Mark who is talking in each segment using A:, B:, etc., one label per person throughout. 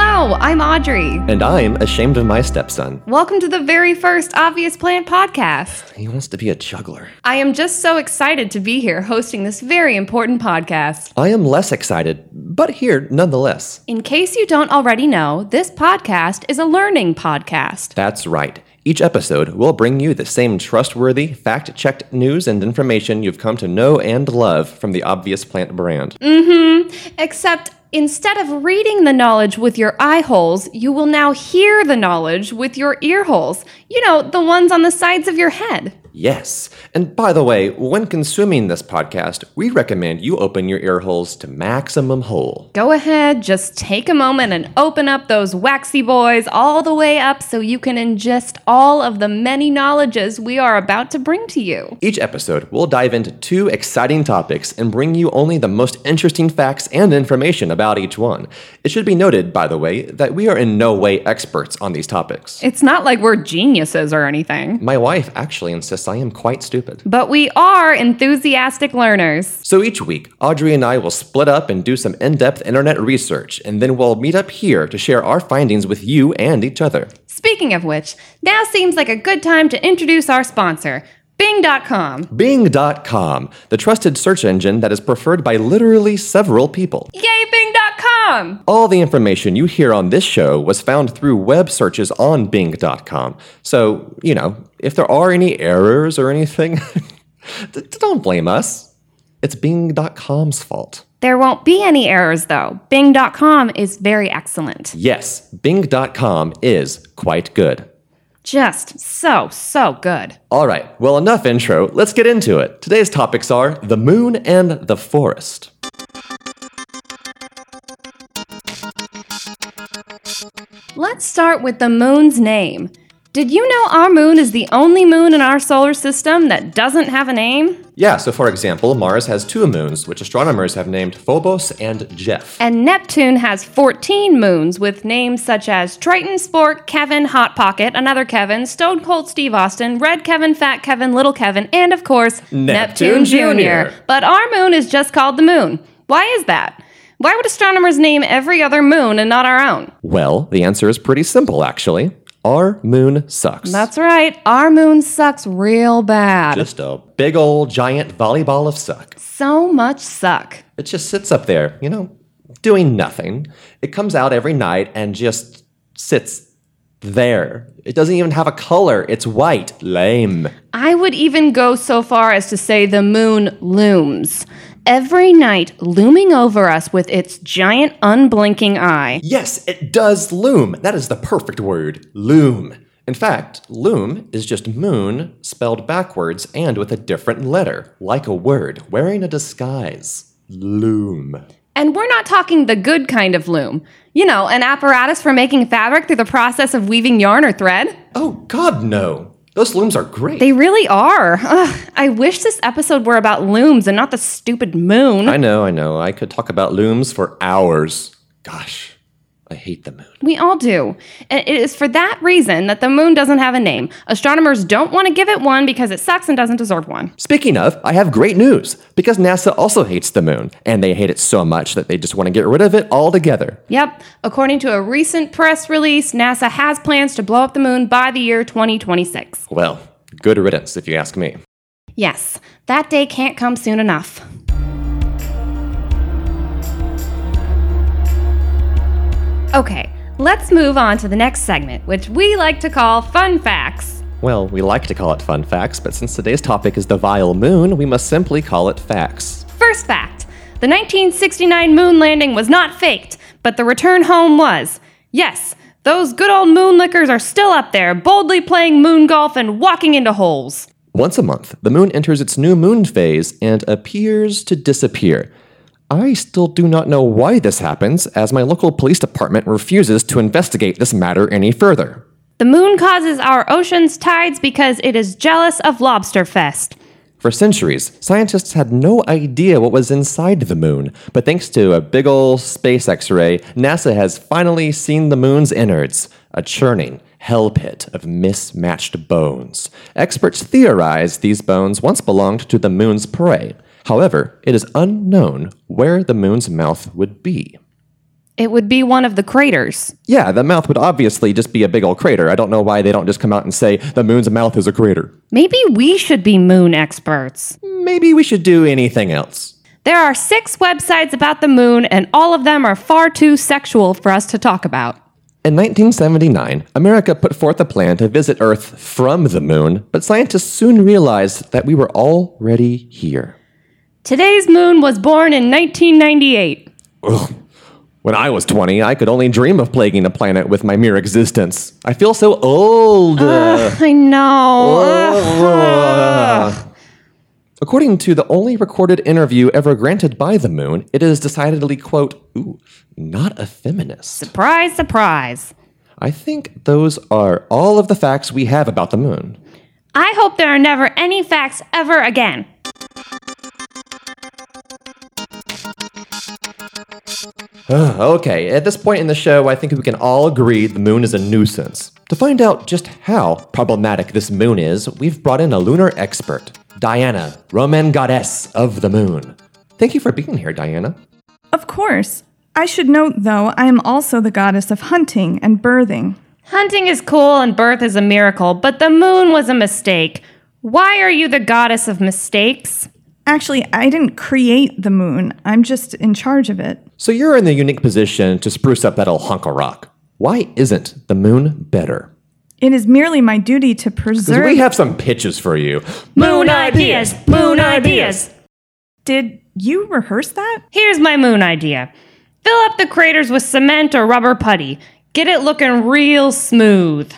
A: Wow, I'm Audrey.
B: And I'm ashamed of my stepson.
A: Welcome to the very first Obvious Plant podcast.
B: He wants to be a juggler.
A: I am just so excited to be here hosting this very important podcast.
B: I am less excited, but here nonetheless.
A: In case you don't already know, this podcast is a learning podcast.
B: That's right. Each episode will bring you the same trustworthy, fact checked news and information you've come to know and love from the Obvious Plant brand.
A: Mm-hmm. Except instead of reading the knowledge with your eye holes, you will now hear the knowledge with your ear holes. You know, the ones on the sides of your head.
B: Yes. And by the way, when consuming this podcast, we recommend you open your ear holes to maximum hole.
A: Go ahead, just take a moment and open up those waxy boys all the way up so you can ingest all of the many knowledges we are about to bring to you.
B: Each episode, we'll dive into two exciting topics and bring you only the most interesting facts and information about each one. It should be noted, by the way, that we are in no way experts on these topics.
A: It's not like we're geniuses or anything,
B: My wife actually insists I am quite stupid.
A: but we are enthusiastic learners.
B: So each week, Audrey and I will split up and do some in depth internet research, and then we'll meet up here to share our findings with you and each other.
A: Speaking of which, now seems like a good time to introduce our sponsor, Bing.com.
B: Bing.com, the trusted search engine that is preferred by literally several people.
A: Yay, Bing.com!
B: All the information you hear on this show was found through web searches on Bing.com. So, you know, if there are any errors or anything, d- d- don't blame us. It's Bing.com's fault.
A: There won't be any errors though. Bing.com is very excellent.
B: Yes, Bing.com is quite good.
A: Just so, so good.
B: All right, well, enough intro. Let's get into it. Today's topics are the moon and the forest.
A: Let's start with the moon's name. Did you know our moon is the only moon in our solar system that doesn't have a name?
B: Yeah, so for example, Mars has two moons, which astronomers have named Phobos and Jeff.
A: And Neptune has 14 moons with names such as Triton, Spork, Kevin, Hot Pocket, another Kevin, Stone Cold Steve Austin, Red Kevin, Fat Kevin, Little Kevin, and of course,
B: Neptune Jr..
A: But our moon is just called the moon. Why is that? Why would astronomers name every other moon and not our own?
B: Well, the answer is pretty simple, actually. Our moon sucks.
A: That's right, our moon sucks real bad.
B: just a big old giant volleyball of suck.
A: so much suck.
B: It just sits up there, you know, doing nothing. It comes out every night and just sits there. It doesn't even have a color, it's white. Lame.
A: I would even go so far as to say the moon looms. Every night, looming over us with its giant, unblinking eye.
B: Yes, it does loom. That is the perfect word. Loom. In fact, loom is just moon spelled backwards and with a different letter, like a word, wearing a disguise. Loom.
A: And we're not talking the good kind of loom. You know, an apparatus for making fabric through the process of weaving yarn or thread.
B: Oh, God, no. Those looms are great.
A: They really are. Ugh, I wish this episode were about looms and not the stupid moon.
B: I know, I know. I could talk about looms for hours. Gosh, I hate the moon.
A: We all do. And it is for that reason that the moon doesn't have a name. Astronomers don't want to give it one because it sucks and doesn't deserve one.
B: Speaking of, I have great news because NASA also hates the moon, and they hate it so much that they just want to get rid of it altogether.
A: Yep. According to a recent press release, NASA has plans to blow up the moon by the year 2026.
B: Well, good riddance if you ask me.
A: Yes, that day can't come soon enough. Okay, let's move on to the next segment, which we like to call Fun Facts.
B: Well, we like to call it fun facts, but since today's topic is the vile moon, we must simply call it facts.
A: First fact the 1969 moon landing was not faked, but the return home was. Yes, those good old moonlickers are still up there, boldly playing moon golf and walking into holes.
B: Once a month, the moon enters its new moon phase and appears to disappear. I still do not know why this happens, as my local police department refuses to investigate this matter any further.
A: The moon causes our oceans tides because it is jealous of Lobster Fest.
B: For centuries, scientists had no idea what was inside the moon, but thanks to a big ol' space x ray, NASA has finally seen the moon's innards a churning hell pit of mismatched bones. Experts theorize these bones once belonged to the moon's prey. However, it is unknown where the moon's mouth would be.
A: It would be one of the craters.
B: Yeah, the mouth would obviously just be a big old crater. I don't know why they don't just come out and say the moon's mouth is a crater.
A: Maybe we should be moon experts.
B: Maybe we should do anything else.
A: There are six websites about the moon, and all of them are far too sexual for us to talk about.
B: In 1979, America put forth a plan to visit Earth from the moon, but scientists soon realized that we were already here.
A: Today's moon was born in 1998.
B: When I was 20, I could only dream of plaguing a planet with my mere existence. I feel so old.
A: I know.
B: Ah.
A: Ugh.
B: According to the only recorded interview ever granted by the moon, it is decidedly, quote, ooh, not a feminist.
A: Surprise, surprise.
B: I think those are all of the facts we have about the moon.
A: I hope there are never any facts ever again.
B: Ugh, okay, at this point in the show, I think we can all agree the moon is a nuisance. To find out just how problematic this moon is, we've brought in a lunar expert, Diana, Roman goddess of the moon. Thank you for being here, Diana.
C: Of course. I should note, though, I am also the goddess of hunting and birthing.
A: Hunting is cool and birth is a miracle, but the moon was a mistake. Why are you the goddess of mistakes?
C: Actually, I didn't create the moon, I'm just in charge of it.
B: So you're in the unique position to spruce up that old hunk of rock. Why isn't the moon better?
C: It is merely my duty to
B: 'Cause
C: preserve.
B: we have some pitches for you.
C: Did you rehearse that?
A: Here's my moon idea fill up the craters with cement or rubber putty. Get it looking real smooth.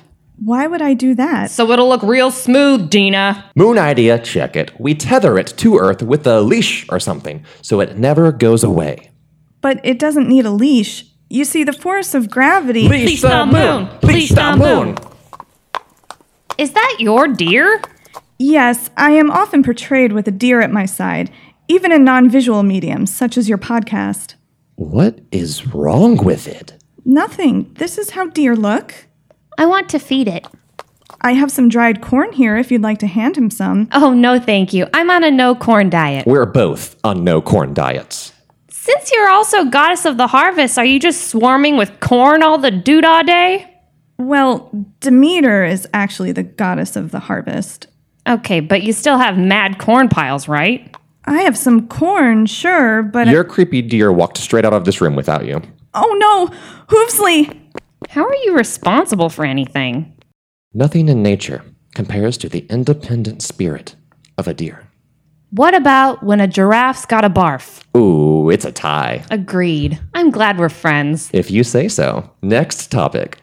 C: Why would I do that?
A: So it'll look real smooth, Dina.
B: Moon idea, check it. We tether it to Earth with a leash or something so it never goes away.
C: But it doesn't need a leash. You see, the force of gravity.
A: Please the moon. Please the moon. Is that your deer?
C: Yes, I am often portrayed with a deer at my side, even in non visual mediums such as your podcast.
B: What is wrong with it?
C: Nothing. This is how deer look.
A: I want to feed it.
C: I have some dried corn here if you'd like to hand him some.
A: Oh, no, thank you. I'm on a no corn diet.
B: We're both on no corn diets.
A: Since you're also goddess of the harvest, are you just swarming with corn all the doodah day?
C: Well, Demeter is actually the goddess of the harvest.
A: Okay, but you still have mad corn piles, right?
C: I have some corn, sure, but.
B: Your creepy deer walked straight out of this room without you.
C: oh no! Hoofsley!
A: How are you responsible for anything?
B: Nothing in nature compares to the independent spirit of a deer.
A: What about when a giraffe's got a barf?
B: Ooh, it's a tie.
A: Agreed. I'm glad we're friends.
B: If you say so. Next topic.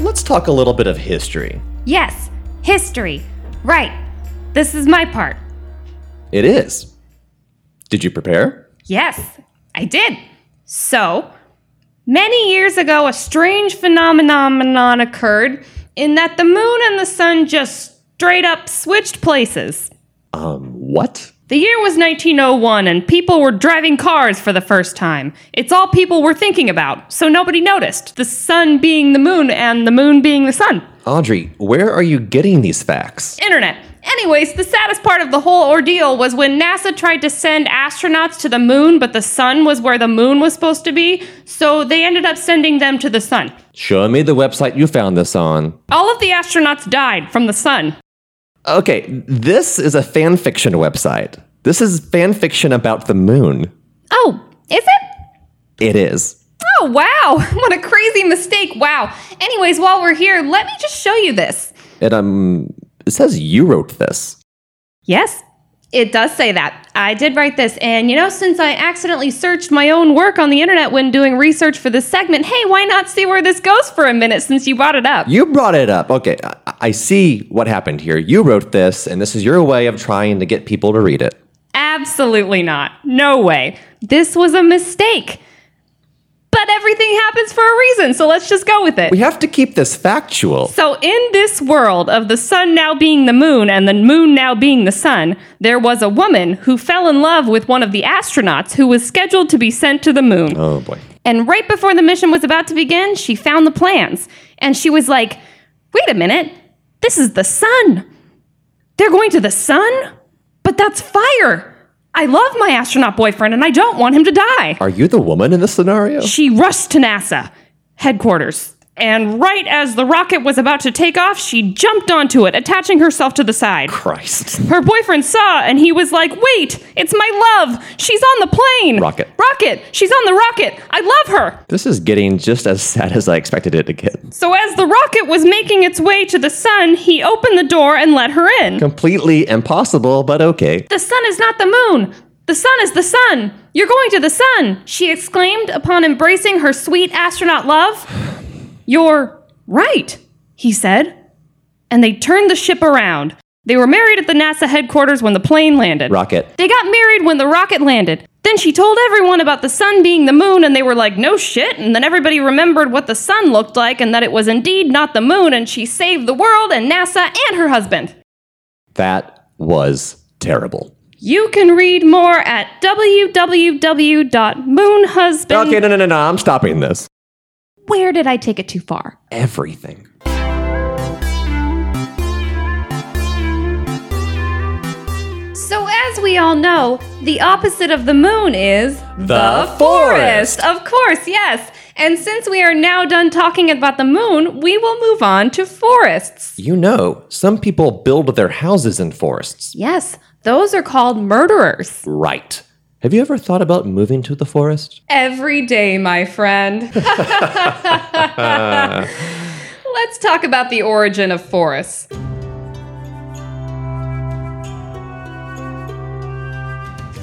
B: Let's talk a little bit of history.
A: Yes, history. Right. This is my part.
B: It is. Did you prepare?
A: Yes, I did. So, many years ago, a strange phenomenon occurred in that the moon and the sun just straight up switched places.
B: Um, what?
A: The year was 1901, and people were driving cars for the first time. It's all people were thinking about, so nobody noticed. The sun being the moon, and the moon being the sun.
B: Audrey, where are you getting these facts?
A: Internet. Anyways, the saddest part of the whole ordeal was when NASA tried to send astronauts to the moon, but the sun was where the moon was supposed to be, so they ended up sending them to the sun.
B: Show me the website you found this on.
A: All of the astronauts died from the sun.
B: Okay, this is a fan fiction website. This is fan fiction about the moon.
A: Oh, is it?
B: It is.
A: Oh, wow. What a crazy mistake. Wow. Anyways, while we're here, let me just show you this.
B: It um it says you wrote this.
A: Yes, it does say that. I did write this. And you know, since I accidentally searched my own work on the internet when doing research for this segment, hey, why not see where this goes for a minute since you brought it up?
B: You brought it up. Okay, I, I see what happened here. You wrote this, and this is your way of trying to get people to read it.
A: Absolutely not. No way. This was a mistake. But everything happens for a reason, so let's just go with it.
B: We have to keep this factual.
A: So, in this world of the sun now being the moon and the moon now being the sun, there was a woman who fell in love with one of the astronauts who was scheduled to be sent to the moon.
B: Oh boy.
A: And right before the mission was about to begin, she found the plans. And she was like, wait a minute, this is the sun. They're going to the sun? But that's fire. I love my astronaut boyfriend and I don't want him to die.
B: Are you the woman in this scenario?
A: She rushed to NASA headquarters. And right as the rocket was about to take off, she jumped onto it, attaching herself to the side.
B: Christ.
A: Her boyfriend saw and he was like, Wait, it's my love. She's on the plane.
B: Rocket.
A: Rocket. She's on the rocket. I love her.
B: This is getting just as sad as I expected it to get.
A: So, as the rocket was making its way to the sun, he opened the door and let her in.
B: Completely impossible, but okay.
A: The sun is not the moon. The sun is the sun. You're going to the sun, she exclaimed upon embracing her sweet astronaut love. You're right, he said. And they turned the ship around. They were married at the NASA headquarters when the plane landed.
B: Rocket.
A: They got married when the rocket landed. Then she told everyone about the sun being the moon, and they were like, no shit. And then everybody remembered what the sun looked like and that it was indeed not the moon, and she saved the world and NASA and her husband.
B: That was terrible.
A: You can read more at www.moonhusband.
B: Okay, no, no, no, no. I'm stopping this.
A: Where did I take it too far?
B: Everything.
A: So, as we all know, the opposite of the moon is
B: The forest.
A: Of course, yes. And since we are now done talking about the moon, we will move on to forests.
B: You know, some people build their houses in forests.
A: Yes, those are called murderers.
B: Right. Have you ever thought about moving to the forest?
A: Every day, my friend. Let's talk about the origin of forests.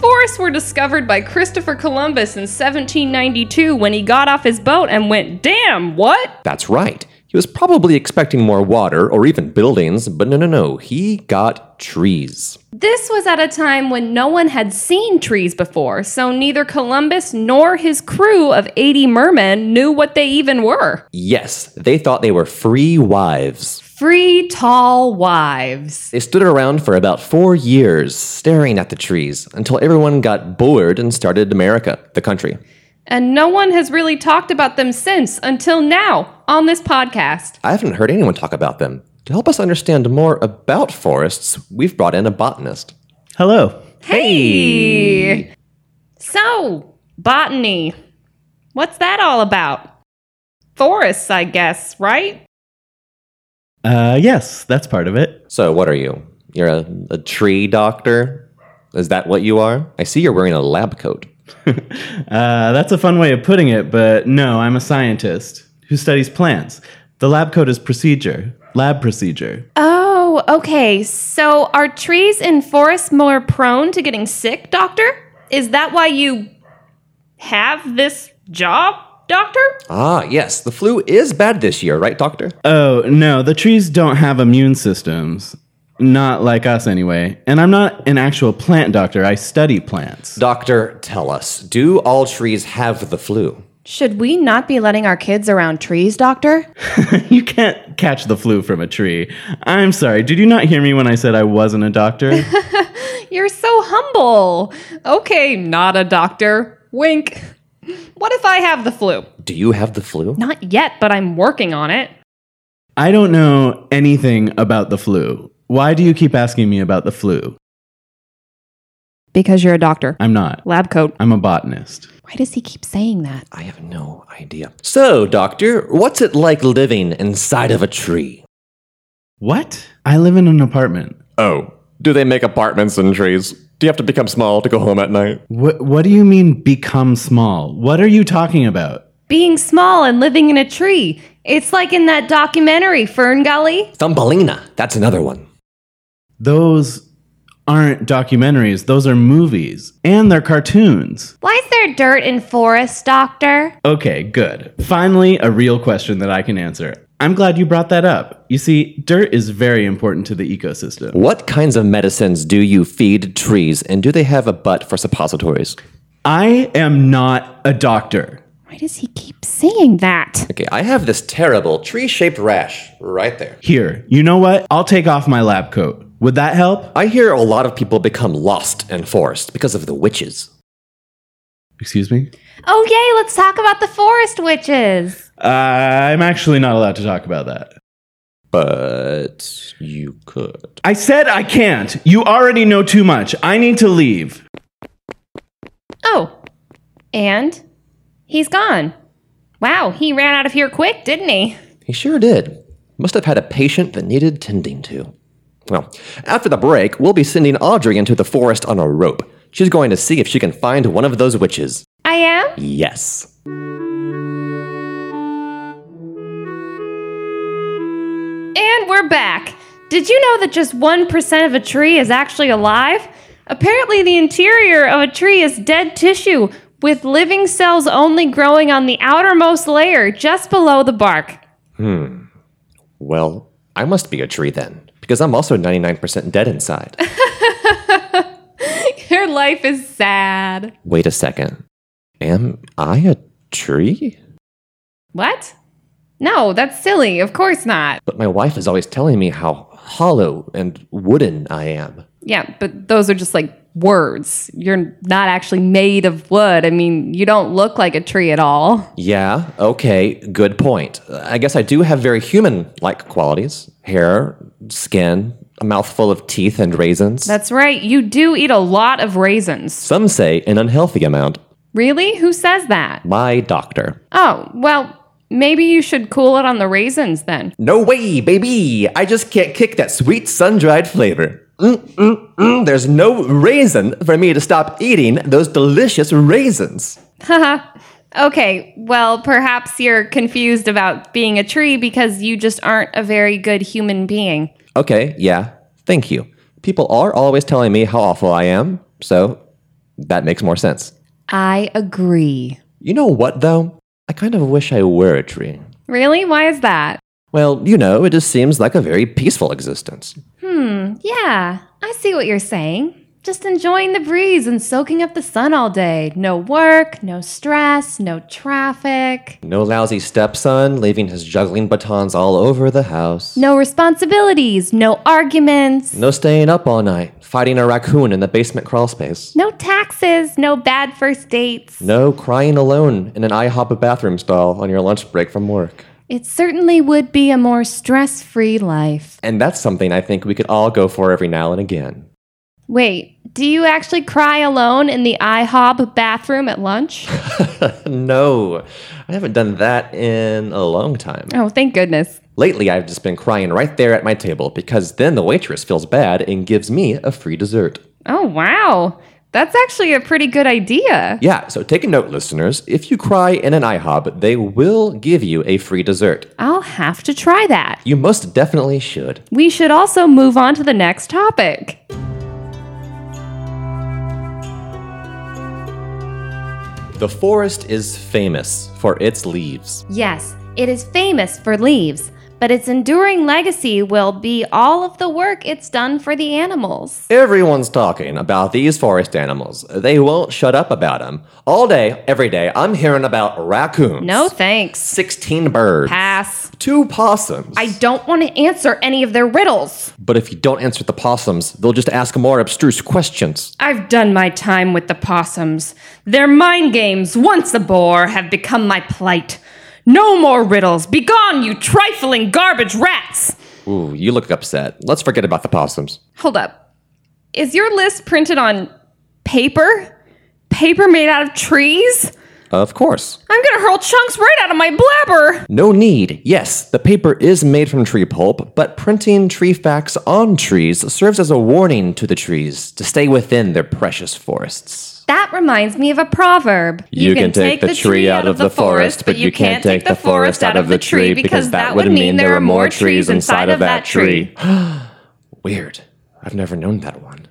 A: Forests were discovered by Christopher Columbus in 1792 when he got off his boat and went, Damn, what?
B: That's right. He was probably expecting more water or even buildings, but no, no, no. He got trees.
A: This was at a time when no one had seen trees before, so neither Columbus nor his crew of 80 mermen knew what they even were.
B: Yes, they thought they were free wives.
A: Free tall wives.
B: They stood around for about four years, staring at the trees, until everyone got bored and started America, the country.
A: And no one has really talked about them since until now on this podcast.
B: I haven't heard anyone talk about them. To help us understand more about forests, we've brought in a botanist.
D: Hello.
A: Hey! So, botany. What's that all about? Forests, I guess, right?
D: Uh, yes, that's part of it.
B: So, what are you? You're a, a tree doctor? Is that what you are? I see you're wearing a lab coat.
D: Uh, that's a fun way of putting it, but no, I'm a scientist who studies plants. The lab coat is procedure, lab procedure.
A: Oh, okay. So, are trees in forests more prone to getting sick, Doctor? Is that why you have this job, Doctor?
B: Ah, yes, the flu is bad this year, right, Doctor?
D: Oh, no, the trees don't have immune systems. Not like us, anyway. And I'm not an actual plant doctor, I study plants.
B: Doctor, tell us, do all trees have the flu?
A: Should we not be letting our kids around trees, Doctor?
D: you can't catch the flu from a tree. I'm sorry, did you not hear me when I said I wasn't a doctor?
A: You're so humble. Okay, not a doctor. Wink. What if I have the flu?
B: Do you have the flu?
A: Not yet, but I'm working on it.
D: I don't know anything about the flu. Why do you keep asking me about the flu?
A: Because you're a doctor.
D: I'm not.
A: Lab coat.
D: I'm a botanist.
A: Why does he keep saying that?
B: I have no idea. So, Doctor, what's it like living inside of a tree?
D: What? I live in an apartment.
B: Oh, do they make apartments in trees? Do you have to become small to go home at night?
D: What what do you mean become small? What are you talking about?
A: Being small and living in a tree. It's like in that documentary, Fern Gully.
B: Thumbelina, that's another one.
D: Those aren't documentaries, those are movies and they're cartoons.
A: Why is there dirt in forests, Doctor?
D: Okay, good. Finally, a real question that I can answer. I'm glad you brought that up. You see, dirt is very important to the ecosystem.
B: What kinds of medicines do you feed trees, and do they have a butt for suppositories?
D: I am not a doctor.
A: Why does he keep saying that?
B: Okay, I have this terrible tree shaped rash right there.
D: Here, you know what? I'll take off my lab coat. Would that help?
B: I hear a lot of people become lost in forest because of the witches.
D: Excuse me?
A: Oh, yay, let's talk about the forest witches.
D: I'm actually not allowed to talk about that.
B: But you could.
D: I said I can't. You already know too much. I need to leave.
A: Oh, And he's gone. Wow, he ran out of here quick, didn't he?
B: He sure did. Must have had a patient that needed tending to. Well, after the break, we'll be sending Audrey into the forest on a rope. She's going to see if she can find one of those witches.
A: I am?
B: Yes.
A: And we're back. Did you know that just 1% of a tree is actually alive? Apparently, the interior of a tree is dead tissue, with living cells only growing on the outermost layer just below the bark.
B: Well, I must be a tree then, because I'm also 99% dead inside.
A: Your life is sad.
B: Wait a second. Am I a tree?
A: What? No, that's silly. Of course not.
B: But my wife is always telling me how hollow and wooden I am.
A: Yeah, but those are just like words. You're not actually made of wood. I mean, you don't look like a tree at all.
B: Yeah, okay, good point. I guess I do have very human like qualities hair, skin, a mouthful of teeth and raisins.
A: That's right. You do eat a lot of raisins.
B: Some say an unhealthy amount.
A: Really? Who says that?
B: My doctor.
A: Oh, well, maybe you should cool it on the raisins then.
B: No way, baby! I just can't kick that sweet sun dried flavor. Mm, mm, mm. There's no reason for me to stop eating those delicious raisins.
A: Okay, well, perhaps you're confused about being a tree because you just aren't a very good human being.
B: Okay, yeah, thank you. People are always telling me how awful I am, so that makes more sense.
A: I agree.
B: You know what, though? I kind of wish I were a tree.
A: Really? Why is that?
B: Well, you know, it just seems like a very peaceful existence.
A: Yeah, I see what you're saying. Just enjoying the breeze and soaking up the sun all day. No work, no stress, no traffic,
B: No lousy stepson leaving his juggling batons all over the house.
A: no responsibilities, no arguments,
B: No staying up all night, fighting a raccoon in the basement crawl space.
A: no taxes, no bad first dates.
B: No crying alone in an IHOP bathroom stall on your lunch break from work.
A: It certainly would be a more stress free life.
B: And that's something I think we could all go for every now and again.
A: Wait, do you actually cry alone in the IHOB bathroom at lunch?
B: No, I haven't done that in a long time.
A: oh, thank goodness.
B: Lately, I've just been crying right there at my table because then the waitress feels bad and gives me a free dessert.
A: Oh, wow. That's actually a pretty good idea.
B: Yeah, so take a note, listeners. If you cry in an IHOP, they will give you a free dessert.
A: I'll have to try that.
B: You most definitely should.
A: We should also move on to the next topic.
B: The forest is famous for its leaves.
A: Yes, it is famous for leaves, but its enduring legacy will be all of the work it's done for the animals.
B: Everyone's talking about these forest animals. They won't shut up about them. All day, every day, I'm hearing about raccoons.
A: No thanks.
B: 16 birds.
A: Pass.
B: Two possums.
A: I don't want to answer any of their riddles.
B: But if you don't answer the possums, they'll just ask more abstruse questions.
A: I've done my time with the possums. Their mind games, once a bore, have become my plight. No more riddles. Begone, you trifling garbage rats!
B: Ooh, you look upset. Let's forget about the possums.
A: Hold up. Is your list printed on paper? Paper made out of trees?
B: Of course.
A: I'm gonna hurl chunks right out of my blabber!
B: No need. Yes, the paper is made from tree pulp, but printing tree facts on trees serves as a warning to the trees to stay within their precious forests.
A: That reminds me of a proverb.
B: You can take the tree out of the forest, but you can't take the forest out of the tree because that would mean there are more trees inside of that tree. Weird. I've never known that one.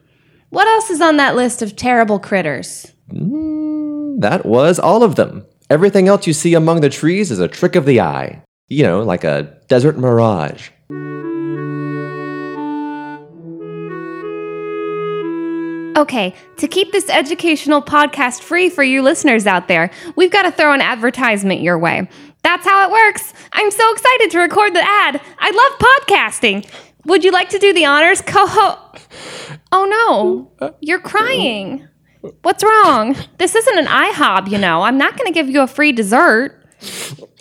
A: What else is on that list of terrible critters?
B: That was all of them. Everything else you see among the trees is a trick of the eye. You know, like a desert mirage.
A: Okay, to keep this educational podcast free for you listeners out there, we've got to throw an advertisement your way. That's how it works. I'm so excited to record the ad. I love podcasting. Would you like to do the honors? Coho. Oh no, you're crying. What's wrong? This isn't an IHOB, you know. I'm not going to give you a free dessert.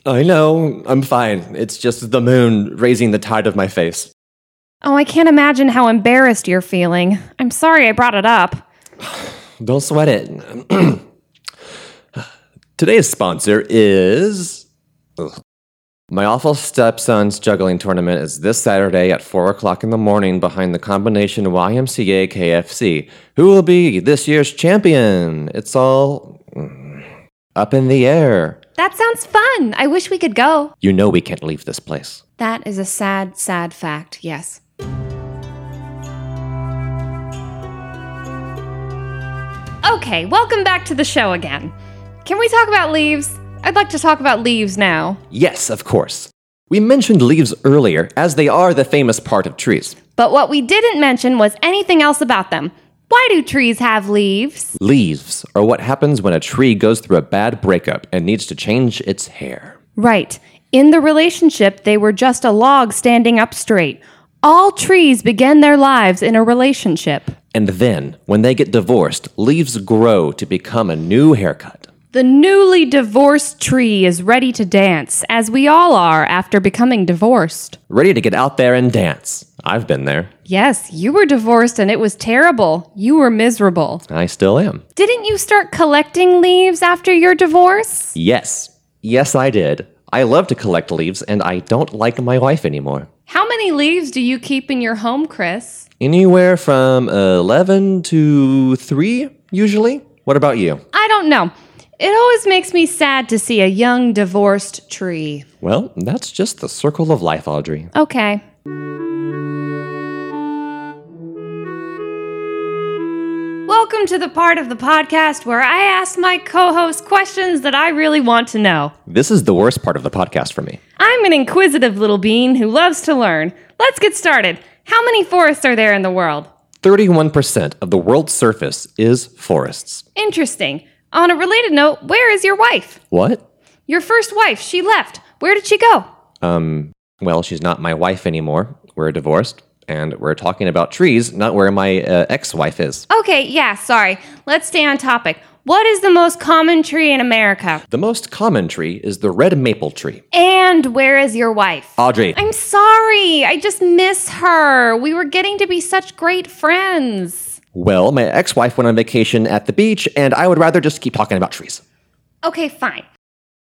B: I know, I'm fine. It's just the moon raising the tide of my face.
A: Oh, I can't imagine how embarrassed you're feeling. I'm sorry I brought it up.
B: Don't sweat it. Today's sponsor is. Ugh. My awful stepson's juggling tournament is this Saturday at 4 o'clock in the morning behind the combination YMCA KFC. Who will be this year's champion? It's all mm, up in the air.
A: That sounds fun. I wish we could go.
B: You know we can't leave this place.
A: That is a sad, sad fact, yes. Okay, welcome back to the show again. Can we talk about leaves? I'd like to talk about leaves now.
B: Yes, of course. We mentioned leaves earlier, as they are the famous part of trees.
A: But what we didn't mention was anything else about them. Why do trees have leaves?
B: Leaves are what happens when a tree goes through a bad breakup and needs to change its hair.
A: Right. In the relationship, they were just a log standing up straight. All trees begin their lives in a relationship.
B: And then, when they get divorced, leaves grow to become a new haircut.
A: The newly divorced tree is ready to dance, as we all are after becoming divorced.
B: Ready to get out there and dance. I've been there.
A: Yes, you were divorced and it was terrible. You were miserable.
B: I still am.
A: Didn't you start collecting leaves after your divorce?
B: Yes. Yes, I did. I love to collect leaves, and I don't like my wife anymore.
A: How many leaves do you keep in your home, Chris?
B: Anywhere from 11 to 3, usually. What about you?
A: I don't know. It always makes me sad to see a young divorced tree.
B: Well, that's just the circle of life, Audrey.
A: Okay. Welcome to the part of the podcast where I ask my co host questions that I really want to know.
B: This is the worst part of the podcast for me.
A: I'm an inquisitive little bean who loves to learn. Let's get started. How many forests are there in the world?
B: 31% of the world's surface is forests.
A: Interesting. On a related note, where is your wife?
B: What?
A: Your first wife, she left. Where did she go?
B: Um, well, she's not my wife anymore. We're divorced, and we're talking about trees, not where my uh, ex wife is.
A: Okay, yeah, sorry. Let's stay on topic. What is the most common tree in America?
B: The most common tree is the red maple tree.
A: And where is your wife?
B: Audrey,
A: I'm sorry. I just miss her. We were getting to be such great friends.
B: well, my ex wife went on vacation at the beach, and I would rather just keep talking about trees.
A: Okay, fine.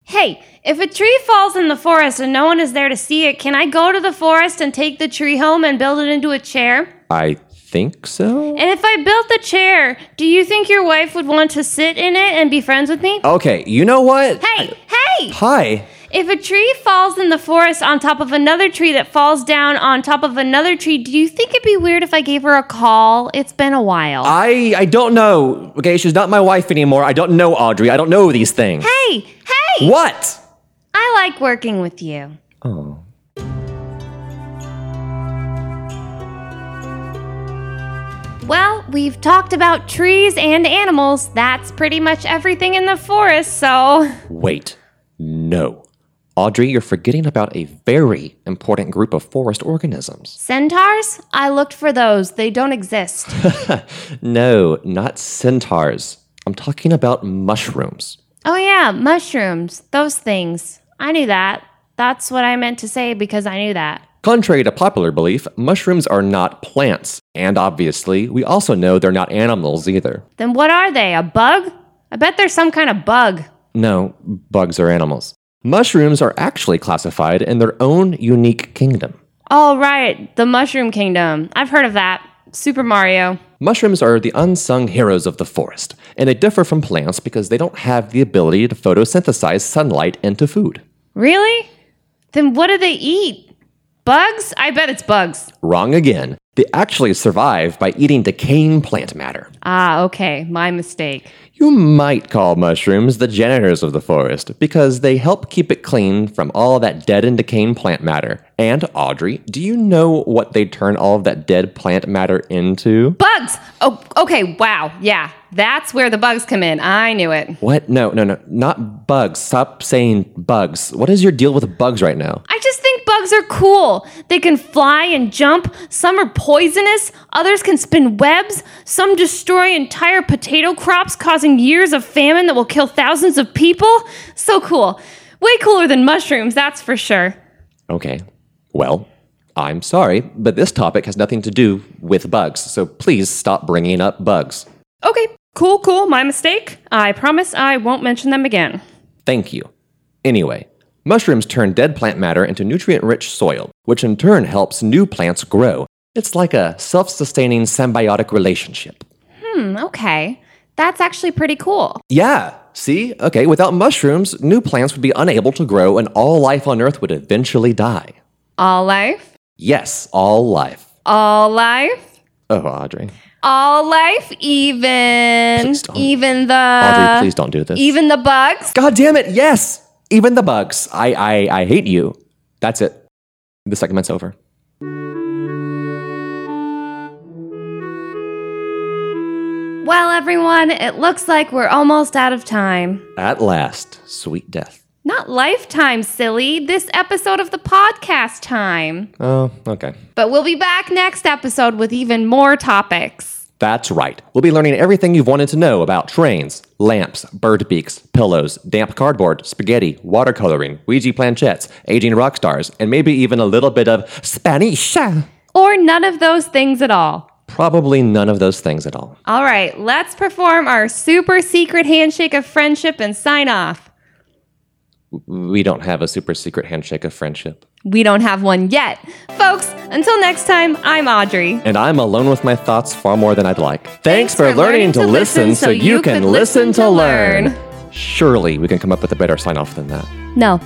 A: Hey, if a tree falls in the forest and no one is there to see it, can I go to the forest and take the tree home and build it into a chair?
B: I think so.
A: And if I built the chair, do you think your wife would want to sit in it and be friends with me?
B: Okay, you know what?
A: Hey, hey!
B: Hi.
A: If a tree falls in the forest on top of another tree that falls down on top of another tree, do you think it'd be weird if I gave her a call? It's been a while.
B: I I don't know. Okay, she's not my wife anymore. I don't know Audrey. I don't know these things.
A: hey, hey!
B: What?
A: I like working with you.
B: Oh.
A: Well, we've talked about trees and animals. That's pretty much everything in the forest, so.
B: Wait. No. Audrey, you're forgetting about a very important group of forest organisms.
A: Centaurs? I looked for those. They don't exist.
B: No, not centaurs. I'm talking about mushrooms.
A: oh, yeah, mushrooms. Those things. I knew that. That's what I meant to say because I knew that.
B: Contrary to popular belief, mushrooms are not plants. And obviously, we also know they're not animals either.
A: Then what are they? A bug? I bet there's some kind of bug.
B: No, bugs are animals. Mushrooms are actually classified in their own unique kingdom.
A: All right, the Mushroom Kingdom. I've heard of that. Super Mario.
B: Mushrooms are the unsung heroes of the forest, and they differ from plants because they don't have the ability to photosynthesize sunlight into food.
A: Really? Then what do they eat? Bugs? I bet it's bugs.
B: Wrong again. They actually survive by eating decaying plant matter.
A: Ah, okay, my mistake.
B: You might call mushrooms the janitors of the forest because they help keep it clean from all that dead and decaying plant matter. And, Audrey, do you know what they turn all of that dead plant matter into?
A: Bugs! Oh, okay, wow, yeah. That's where the bugs come in. I knew it.
B: What? No, no, no. Not bugs. Stop saying bugs. What is your deal with bugs right now?
A: I just think bugs are cool. They can fly and jump. Some are poisonous. Others can spin webs. Some destroy entire potato crops, causing years of famine that will kill thousands of people. So cool. Way cooler than mushrooms, that's for sure.
B: Okay. Well, I'm sorry, but this topic has nothing to do with bugs, so please stop bringing up bugs.
A: Okay, cool, cool. My mistake. I promise I won't mention them again.
B: Thank you. Anyway, mushrooms turn dead plant matter into nutrient rich soil, which in turn helps new plants grow. It's like a self sustaining symbiotic relationship.
A: Hmm, okay. That's actually pretty cool.
B: Yeah. See? Okay, without mushrooms, new plants would be unable to grow and all life on Earth would eventually die.
A: All life,
B: Yes, all life.
A: all life,
B: Oh, Audrey.
A: all life, even,
B: Please don't.
A: even the,
B: Audrey,
A: Uh,
B: please don't do this.
A: even the bugs.
B: God damn it, yes! Even the bugs. I, I, I hate you. That's it. The segment's over.
A: Well, everyone, it looks like we're almost out of time.
B: At last, sweet death.
A: Not lifetime, silly. This episode of the podcast time.
B: Oh, okay.
A: But we'll be back next episode with even more topics.
B: That's right. We'll be learning everything you've wanted to know about trains, lamps, bird beaks, pillows, damp cardboard, spaghetti, watercoloring, Ouija planchettes, aging rock stars, and maybe even a little bit of Spanish.
A: Or none of those things at all.
B: Probably none of those things at all.
A: All right, let's perform our super secret handshake of friendship and sign off.
B: We don't have a super secret handshake of friendship.
A: We don't have one yet. Folks, until next time, I'm Audrey.
B: And I'm alone with my thoughts far more than I'd like. Thanks, for, learning, to listen so you can listen to learn. Surely we can come up with a better sign off than that.
A: No,